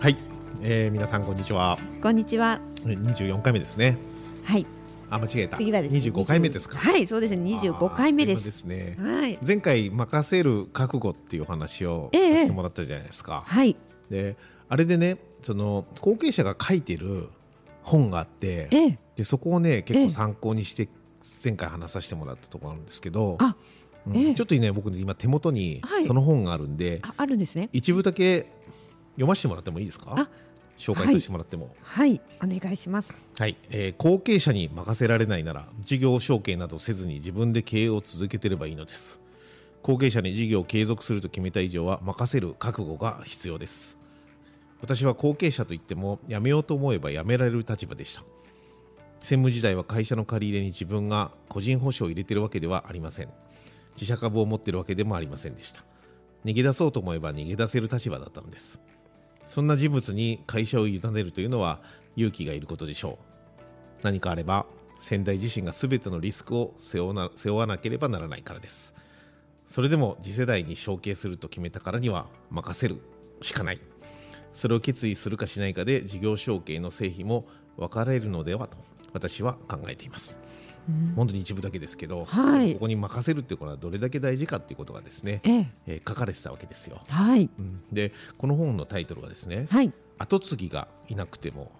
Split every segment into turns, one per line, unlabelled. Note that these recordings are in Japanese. はい、えー、皆さんこんにちは
こんにちは
えー24回目ですね
はい
あ間違えた
次はですね
25回目ですか
はいそうですね25回目で
あー
す
今ですね
はい
前回任せる覚悟っていうお話をさ
ええ
せてもらったじゃないですか、
はい
であれでねその後継者が書いてる本があって
ええ
でそこをね結
え
構
え
参考にして前回話させてもらったところなんですけど、
あ
うん
ええ
ちょっとね僕今手元に
はい
その本があるんで、
ああるんですね
一部だけ読ませてもらってもいいですか
あ
紹介させてもらっても、はい
はいお願いします
えー後継者に任せられないなら事業承継などせずに自分で経営を続けてればいいのです後継者に事業を継続すると決めた以上は任せる覚悟が必要です私は後継者といっても辞めようと思えば辞められる立場でした専務時代は会社の借り入れに自分が個人保証を入れてるわけではありません自社株を持ってるわけでもありませんでした逃げ出そうと思えば逃げ出せる立場だったのですそんな人物に会社を委ねるというのは勇気がいることでしょう何かあれば先代自身が全てのリスクを背負わな背負わなければならないからですそれでも次世代に承継すると決めたからには任せるしかないそれを決意するかしないかで事業承継の成否も分かれるのではと私は考えています、本当に一部だけですけど、
はい
ここに任せるっていうことはどれだけ大事かっていうことがですね、
ええ
えー書かれてたわけですよ、
はい
うんでこの本のタイトルがですね
はい
「後継ぎがいなくても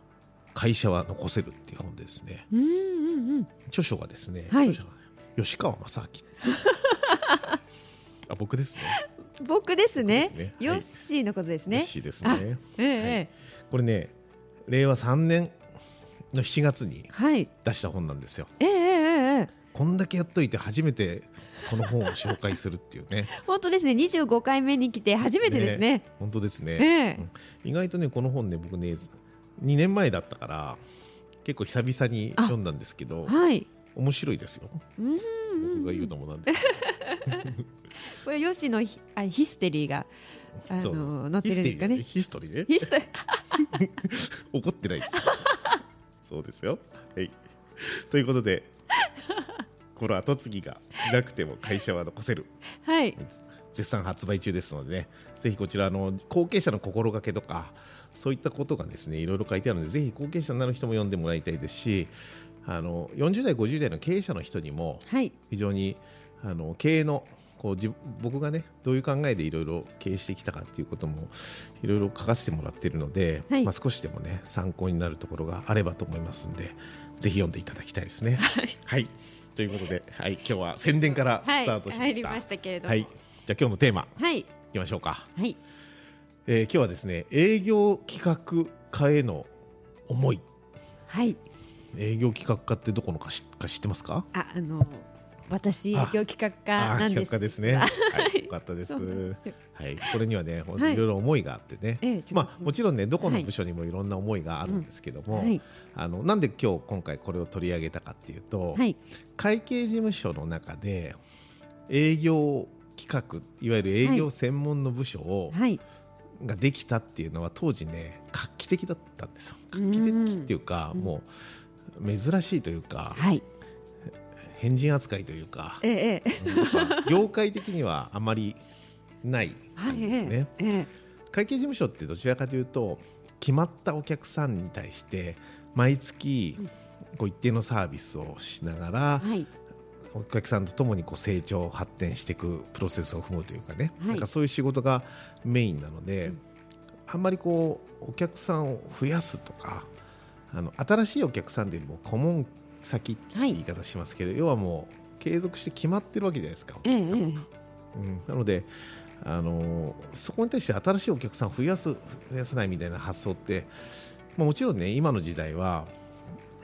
会社は残せる」っていう本でですね
うんうんうん
著書がですね、
はい
著書が吉川正明 あ僕ですね
僕ですね
僕ですね
ヨ
はい
ッシーのことですね、
嬉しいです
あ
ね
ええ
はい
ええ
これね令和3年の7月に
はい
出した本なんですよ
ええええええ
こんだけやっといて初めてこの本を紹介するっていう ね
本当ですね25回目に来て初めてですね
本当ですね、
ええ
うん意外とねこの本ね僕ね2年前だったから結構久々に読んだんですけど
はい
面白いですよ
うんうんうん
僕が言うのもなんですけ
これヨッシーのヒあヒステリーがあ
そう
の載っ
ど
てるんですかね
ヒストリーねヒストリーね
ヒステリー
怒っ てないですよそうですよはいということでこの後継ぎがいなくても会社は残せる
はい
絶賛発売中ですのでねぜひこちらあの後継者の心がけとかそういったことがですねいろいろ書いてあるのでぜひ後継者になる人も読んでもらいたいですしあの40代50代の経営者の人にも
はい
非常にあの経営のこう自僕がねどういう考えでいろいろ経営してきたかっていうこともいろいろ書かせてもらってるので、
はい
まあ、少しでもね参考になるところがあればと思いますんでぜひ読んでいただきたいですね。はい、ということで、はい、今日は宣伝から
は
ス
い
タートしま
入
し
り
た。
ましたけれども
はい、じゃあ今日のテーマ
はい
いきましょうか、
はい
えー今日はですね営業企画家への思い
はい
営業企画家ってどこのかしか知ってますか
ああの私営
あ
業企画家なんです
あー企画家ですね、
あ
はい、よかったで
そうなん
す
ですよ
はい、これにはね、ほんと
はい
いろいろ思いがあってね、
ええちょっと
まあ、もちろんねどこの部署にもいろんな思いがあるんですけども、
はい
あのなんで今日今回これを取り上げたかっていうと、
はい
会計事務所の中で営業企画いわゆる営業専門の部署を、
はい
ができたっていうのは当時ね画期的だったんですよ画期的っていうか
うん
もう珍しいというか
はい
変人扱いというか
ええええ
うん業界的にはあまりない
はい
感じですね。
ええ
会計事務所ってどちらかというと決まったお客さんに対して毎月こう一定のサービスをしながら
はい
お客さんとともにこう成長発展していくプロセスを踏むというかね、
はい
なんかそういう仕事がメインなので、
うん
あんまりこうお客さんを増やすとかあの新しいお客さんというよりも顧問先って言い方しますけど、要はもう継続して決まってるわけじゃないですかお
ええ
客さんが
ええ
うん、なので、あのーそこに対して新しいお客さんを増やす増やさないみたいな発想って、まあ、もちろんね今の時代は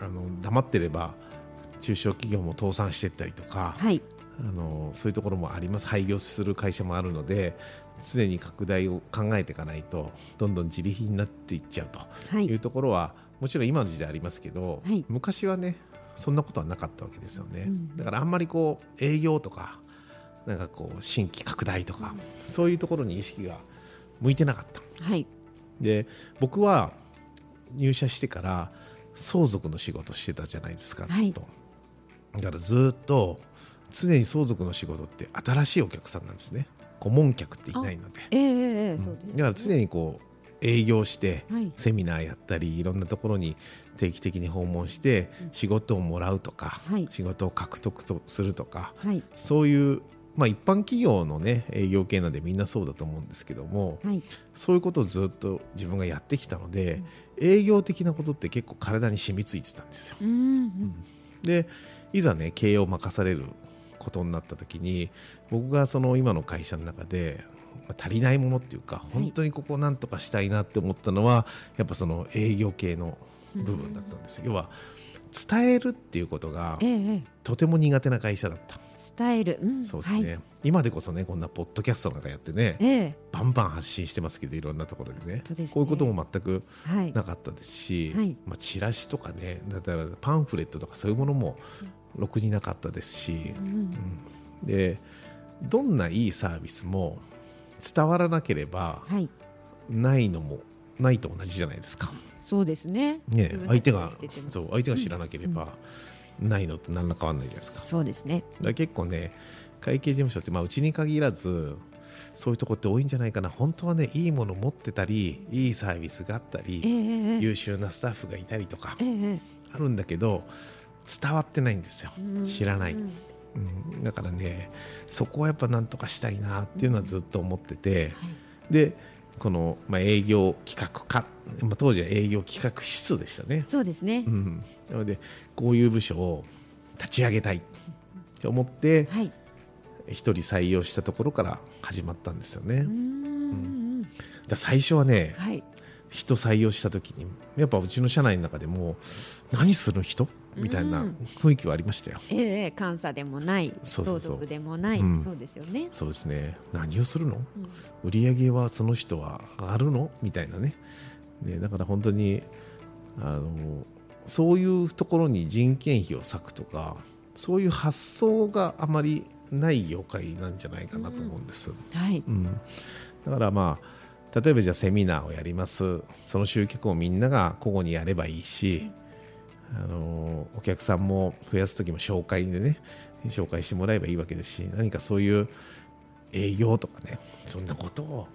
あの黙ってれば中小企業も倒産していったりとか、
はい
あのーそういうところもあります廃業する会社もあるので常に拡大を考えていかないとどんどん自利品になっていっちゃうと
はい
いうところはもちろん今の時代ありますけど、
はい
昔はねそんなことはなかったわけですよね、
うん
だからあんまりこう営業とかなんかこう新規拡大とか、そういうところに意識が向いてなかった
はい
で僕は入社してから相続の仕事してたじゃないですか
はい
ずっと、だからずっと常に相続の仕事って新しいお客さんなんですね顧問客っていないので
ええええええそうです、ね、
だから常にこう営業して、
はい
セミナーやったりいろんなところに定期的に訪問して仕事をもらうとか、
はい
仕事を獲得とするとか
はい
そういう、まあ、一般企業のね営業系なんでみんなそうだと思うんですけども、
はい
そういうことをずっと自分がやってきたので、営業的なことって結構体に染みついてたんですよ。
うんうん
でいざね経営を任されることになった時に僕がその今の会社の中でまあ足りないものっていうか本当にここなんとかしたいなって思ったのは、やっぱその営業系の部分だったんですよ。要は伝えるっていうことが
ええええ
とても苦手な会社だった。
伝える、うん、
そうですね、
はい、
今でこそねこんなポッドキャストなんかやってね
ええ
バンバン発信してますけどいろんなところでね
当ですね
こういうことも全く
はい
なかったですし、
はい
まあ、チラシとかねだからパンフレットとかそういうものもろくになかったですし
う、ん
うんでどんないいサービスも伝わらなければ
はい
ないのもないと同じじゃないですか、
そうですね
ね
自分、た
相
ち
手
が
が
してても
そう相手が知らなければないのと何ら変わらないじゃないですか。
そうですね
だから結構ね会計事務所って、まあ、うちに限らずそういうとこって多いんじゃないかな本当はねいいもの持ってたりいいサービスがあった
ええ
り
ええ
優秀なスタッフがいたりとか
えええ
あるんだけど伝わってないんですよ
えうん
知らない、
うん
うんだからねそこはやっぱなんとかしたいなっていうのはずっと思ってて
はい
でこの、まあ、営業企画課、まあ、当時は営業企画室でしたね
そうですね、
うんなのでこういう部署を立ち上げたいと思って
はい
一人採用したところから始まったんですよね。
う
だか
ん
ら最初はね
はい
人採用した時にやっぱうちの社内の中でも何する人みたいな
うん
雰囲気はありましたよ。
ええええ監査でもない
そうそうそう
道徳でもない、
うん
そうですよね、
そうですね何をするの
うん
売り上げはその人は上がるのみたいなねねだから本当にあのそういうところに人件費を割くとかそういう発想があまりない業界なんじゃないかなと思うんです。
はい
うんだからまあ例えばじゃあセミナーをやりますその集客をみんなが個々にやればいいし、あのお客さんも増やす時も紹介でね紹介してもらえばいいわけですし何かそういう営業とかねそんなことを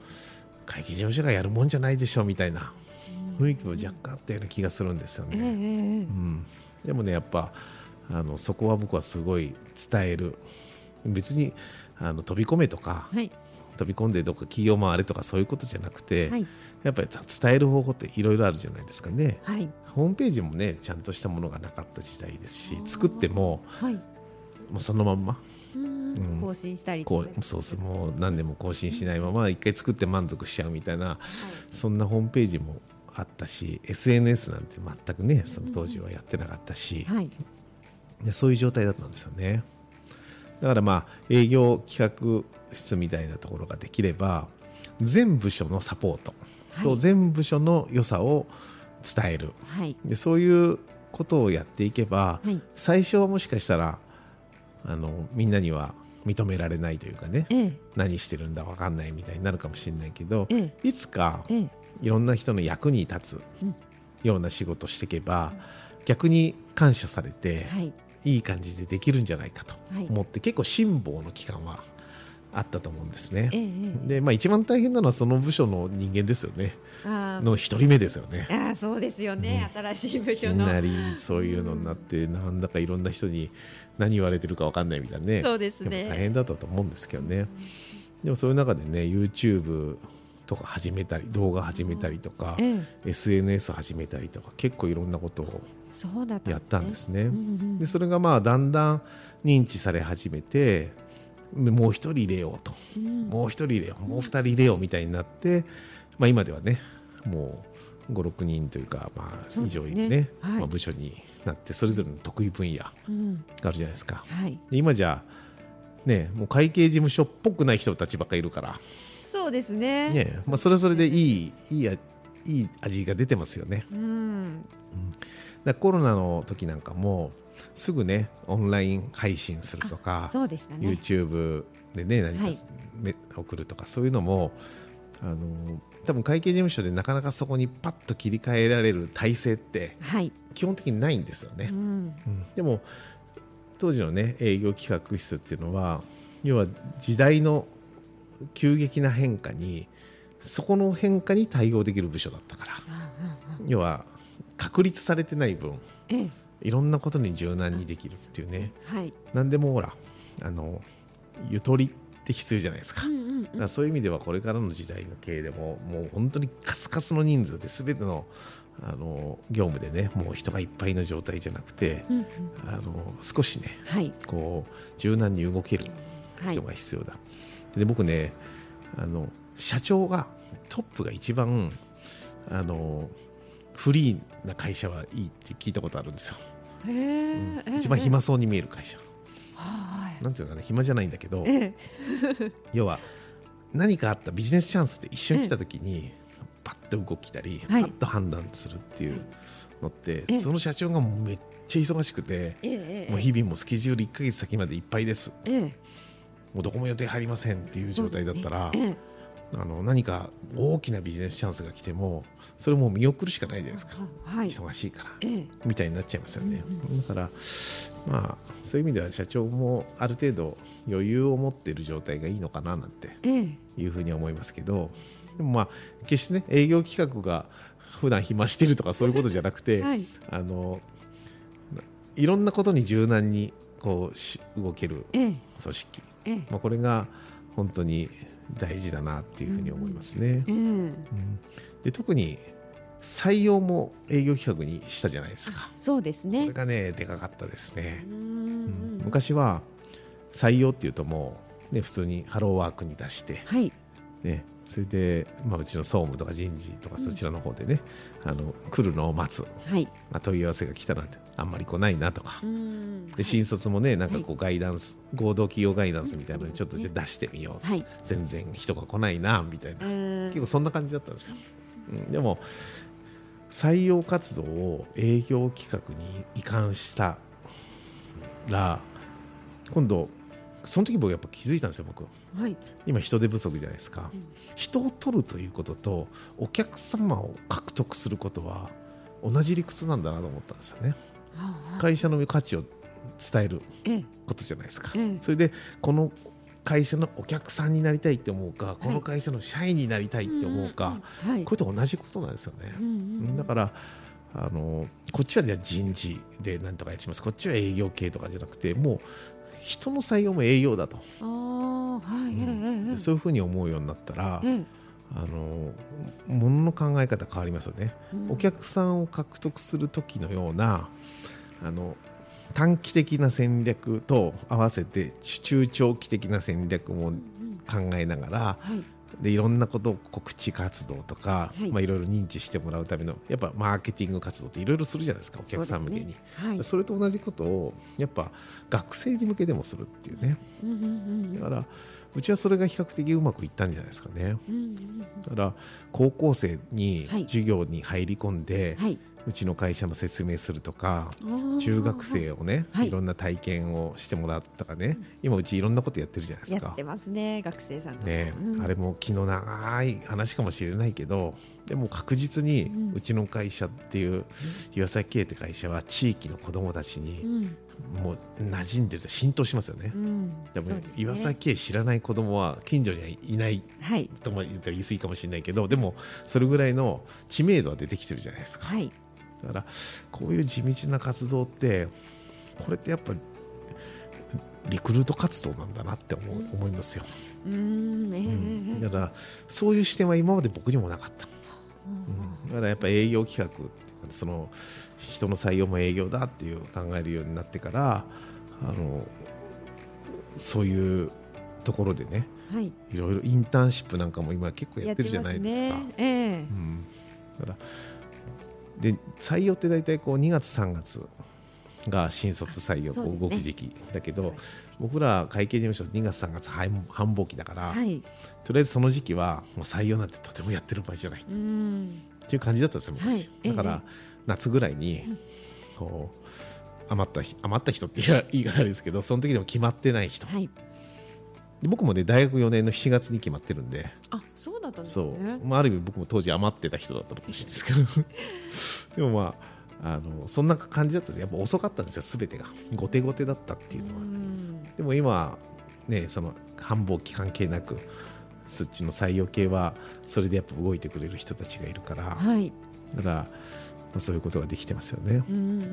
会計事務所がやるもんじゃないでしょみたいな雰囲気も若干あったような気がするんですよ
えええ
ね。
えええ
うん、でもねやっぱあのそこは僕はすごい伝える別にあの飛び込めとか
はい
飛び込んでどっか企業回れとかそういうことじゃなくて、
はい
やっぱり伝える方法っていろいろあるじゃないですかね
はい
ホームページもねちゃんとしたものがなかった時代ですし作っても
はい
もうそのまんま
うん
うん
更新したりと
こ
か
うそうそうもう何年も更新しないまま一回作って満足しちゃうみたいなそんなホームページもあったし SNS なんて全くねその当時はやってなかったし、
はい、はい
でそういう状態だったんですよねだからまあ営業企画室みたいなところができれば全部署のサポート
はい
と全部署の良さを伝える、
はい
でそういうことをやっていけば、
はい
最初はもしかしたらあのみんなには認められないというかね
ええ
何してるんだ分かんないみたいになるかもしれないけど
え
いつか
えええ
いろんな人の役に立つ
うん
ような仕事をしていけば逆に感謝されて
はい
いい感じでできるんじゃないかと
はい
思って結構辛抱の期間はあったと思うんですね
え。ええ
でまあ一番大変なのはその部署の人間ですよね
えあー
の一人目ですよね。
あーそうですよね、新しい部
い
署
き
の
なりそういうのになってなんだかいろんな人に何言われてるか分かんないみたいなね
そうです
やっぱ大
ね
変だったと思うんですけどねでもそういう中でね YouTube とか始めたり動画始めたりとか
ええ
SNS 始めたりとか結構いろんなことを
そうだったんですね
やったんですね
うんうん
でそれがまあだんだん認知され始めてでもう一人入れようと
うん
もう一人入れようもう二人入れようみたいになって、まあ、今ではねもう56人というか、まあ、
そう
以
です
上
ね
にね
はい
まあ、部署になってそれぞれの得意分野が
うん
あるじゃないですか
はい
で今じゃねもう会計事務所っぽくない人たちばっかりいるから
そうですね
ねまあ、それはそれでいいいいあいい味が出てますよね
うん
だからコロナの時なんかもすぐねオンライン配信するとか
あ、そうでしたね
YouTube でね何か
はい
め、送るとかそういうのもあの多分会計事務所でなかなかそこにパッと切り替えられる体制って
はい、
基本的にないんですよね
う、ん、
うんでも当時のね営業企画室っていうのは要は時代の急激な変化にそこの変化に対応できる部署だったから要は確立されてない分
ええ
いろんなことに柔軟にできるっていうね
はい、
何でもほらあのゆとりって必要じゃないですか,、
うんうん
だからそういう意味ではこれからの時代の経営でももう本当にカスカスの人数で全てのあの業務でねもう人がいっぱいの状態じゃなくて、
うんうん、
あの少しね
はい
こう柔軟に動ける
はい
人が必要だ、で僕ねあの社長がトップが一番あのフリーな会社はいいって聞いたことあるんですよ、
へえええ
一番暇そうに見える会社、
はい
なんていうのかな暇じゃないんだけど
ええ
要は何かあったビジネスチャンスって一緒に来た時にパッと動きたり、
はい
パッと判断するっていうのって、
ええ
その社長がもうめっちゃ忙しくて、
ええええ
もう日々もうスケジュール1か月先までいっぱいです
ええ
もうどこも予定入りませんっていう状態だったら、
ええ
あの何か大きなビジネスチャンスが来てもそれもう見送るしかないじゃないですか、
はい
忙しいから
ええ
みたいになっちゃいますよね、だからまあそういう意味では社長もある程度余裕を持っている状態がいいのかななんて
ええ
いうふうに思いますけどでもまあ決してね営業企画が普段暇してるとかそういうことじゃなくて、
はい
あのないろんなことに柔軟にこうし動ける
ええ
組織、
ええ
まあ、これが本当に大事だなっていうふうに思いますね。
ええ
うんで特に採用も営業企画にしたじゃないですか。
そうです
こ
ね
れがねでかかったですね
う。んうん
昔は採用っていうともう、ね、普通にハローワークに出して、
はい
ね、それで、まあ、うちの総務とか人事とかそちらの方でね、あの来るのを待つ、
はい
まあ、問い合わせが来たなんてあんまり来ないなとか
う。ん
で新卒もねなんかこうガイダンス、合同企業ガイダンスみたいなのにちょっとじゃあ出してみよう、
はい
全然人が来ないなみたいな、
うん
結構そんな感じだったんですよ、うん、でも採用活動を営業企画に移管したら今度その時僕やっぱ気づいたんですよ僕
はい
今人手不足じゃないですか、
うん
人を取るということとお客様を獲得することは同じ理屈なんだなと思ったんですよね
はあはあ
会社の価値を伝える
ええ
ことじゃないですか、
ええ
それでこの会社のお客さんになりたいって思うかこの会社の社員になりたいって思うか、
うんはい
これと同じことなんですよね、だ
ら
からあのこっちはじゃあ人事でなんとかやってますこっちは営業系とかじゃなくてもう人の採用も営業だと、
ああはいええええええ
そういうふうに思うようになったら、
ええ
あのものの考え方変わりますよね、
うん
お客さんを獲得する時のようなあの短期的な戦略と合わせてち中長期的な戦略も
うん
考えながら
はい
でいろんなことを告知活動とか、
はい
いまあ、いろいろ認知してもらうためのやっぱマーケティング活動っていろいろするじゃないですかお客さん向け
そ
にそ,、
うですねはい
れと同じことをやっぱ学生に向けでもするっていうね
うんうんうん
だからうちはそれが比較的うまくいったんじゃないですかね
うんうん
だから高校生に
はい
授業に入り込んで、
はいう
ちの会社の説明するとか
あー
中学生をね、
はい
い、ろんな体験をしてもらったかね、今うちいろんなことやってるじゃないです
やっ
か
て。ますね学生さんと
ね
うん
あれも気の長い話かもしれないけどでも確実に
うん
うちの会社っていう岩崎経営って会社は地域の子どもたち
う
に
ん
もう馴染んでると浸透しますよね
う。ん
でも
そうですね
岩崎経営知らない子どもは近所にはいない
はい
とも言ったら言い過ぎかもしれないけどでもそれぐらいの知名度は出てきてるじゃないですか。
はい
だからこういう地道な活動ってこれってやっぱリクルート活動なんだなって思う思いますよ、
うんええええええ
だからそういう視点は今まで僕にもなかった、うんだからやっぱ営業企画っていうかその人の採用も営業だっていう考えるようになってからあのそういうところでね
はい
いろいろインターンシップなんかも今結構やってるじゃないです
や
か
ってますねえ
うんだからで採用って大体こう2月3月が新卒採用
そうですね
動く時期だけど、
そうで
僕ら会計事務所2月3月繁繁忙期だから、
はい
とりあえずその時期はもう採用なんてとてもやってる場合じゃないっ
うん
ていう感じだったんですよ昔、
はい
だから、夏ぐらいにこう余った日余った人って言い方ですけどその時でも決まってない人、
はい
で僕もね大学4年の7月に決まってるんで
あそうだったんです
そ
ね
う、まあ、ある意味僕も当時余ってた人だったのかもしれないですけど でもまああのそんな感じだったんですやっぱ遅かったんですよ全てが後手後手だったっていうのはあります
うん
でも今ねその繁忙期関係なくそっちの採用系はそれでやっぱ動いてくれる人たちがいるから、
はい
だからまあそういうことができてますよね
うんうんう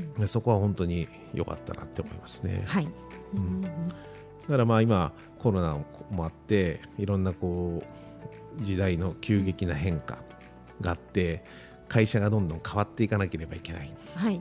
ん
でそこは本当に良かったなって思いますね、
はい
うん
うんうん
だからまあ今コロナもあっていろんなこう時代の急激な変化があって会社がどんどん変わっていかなければいけない
はい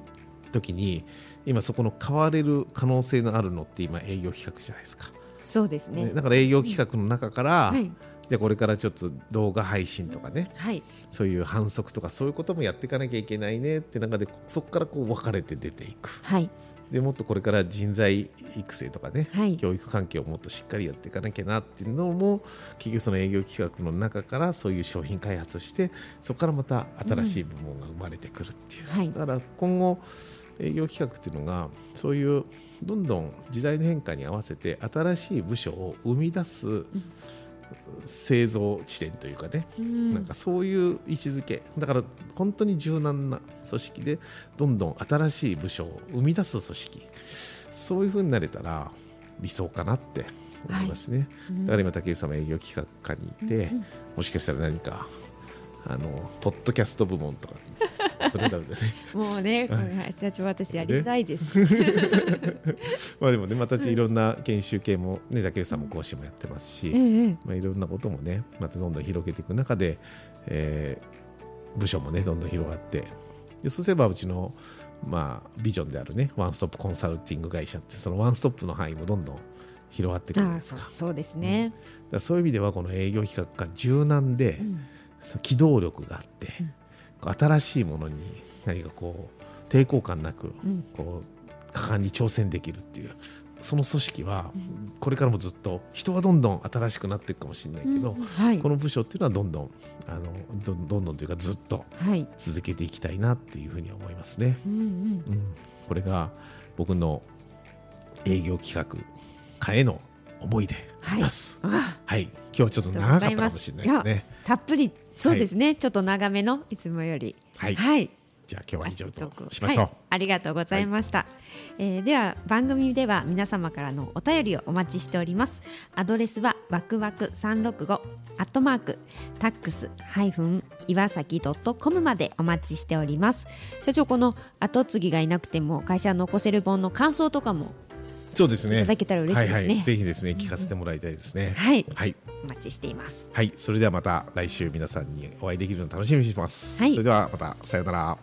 時に今そこの変われる可能性のあるのって今営業企画じゃないですか、
そうですね
ねだから営業企画の中から、
はい
じゃあこれからちょっと動画配信とかね
はい
そういう反則とかそういうこともやっていかなきゃいけないねって中でそこからこう分かれて出ていく
はい
でもっとこれから人材育成とかね、
はい
教育関係をもっとしっかりやっていかなきゃなっていうのも結局その営業企画の中からそういう商品開発をしてそこからまた新しい部門が生まれてくるっていう、
うんはい
だから今後営業企画っていうのがそういうどんどん時代の変化に合わせて新しい部署を生み出す製造地点というかね、
うん
なんかそういう位置づけだから本当に柔軟な組織でどんどん新しい部署を生み出す組織そういうふうになれたら理想かなって思いますね、
うん
だから今竹内さんも営業企画課にいて、もしかしたら何かあのポッドキャスト部門とかそれなの でね
もうね、こ
はい
れ社長私やりたいです。
まあでもねまたいろんな研修系もね竹内さんも講師もやってますし、
ええ
まあ、いろんなこともねまたどんどん広げていく中で、えー部署もねどんどん広がってでそうすればうちの、まあ、ビジョンであるねワンストップコンサルティング会社ってそのワンストップの範囲もどんどん広がってくるん
ああ、
です
そ
か
うそうですね。
だからそういう意味ではこの営業企画が柔軟で、
うん
その機動力があって、こう新しいものに何かこう抵抗感なく、
うん
こう果敢に挑戦できるっていうその組織はこれからもずっと人はどんどん新しくなっていくかもしれないけど、
はい
この部署っていうのはどんどんあのどどんどんというかずっと
はい。
続けていきたいなっていうふうに思いますね。
うんうん
うん、これが僕の営業企画課への思いであります。はい、
あ
今日はちょっと長かったかもしれないですね。
あ、たっぷりそうですね。ちょっと長めのいつもより。
はい
はい。
じゃあ今日は以上
あ
と
ち
しましょう。
はいありがとうございました、えーでは番組では皆様からのお便りをお待ちしておりますアドレスはわくわく365アットマークタックスハイフン岩崎ドットコムまでお待ちしております社長この後継ぎがいなくても会社残せる本の感想とかも
そうですね。
いただけたら嬉しいですね
はいはい、ぜひですね、聞かせてもらいたいですね。
はい
はい。
お待ちしています
はい。それではまた来週皆さんにお会いできるのを楽しみにします。
はい
それではまた、さようなら。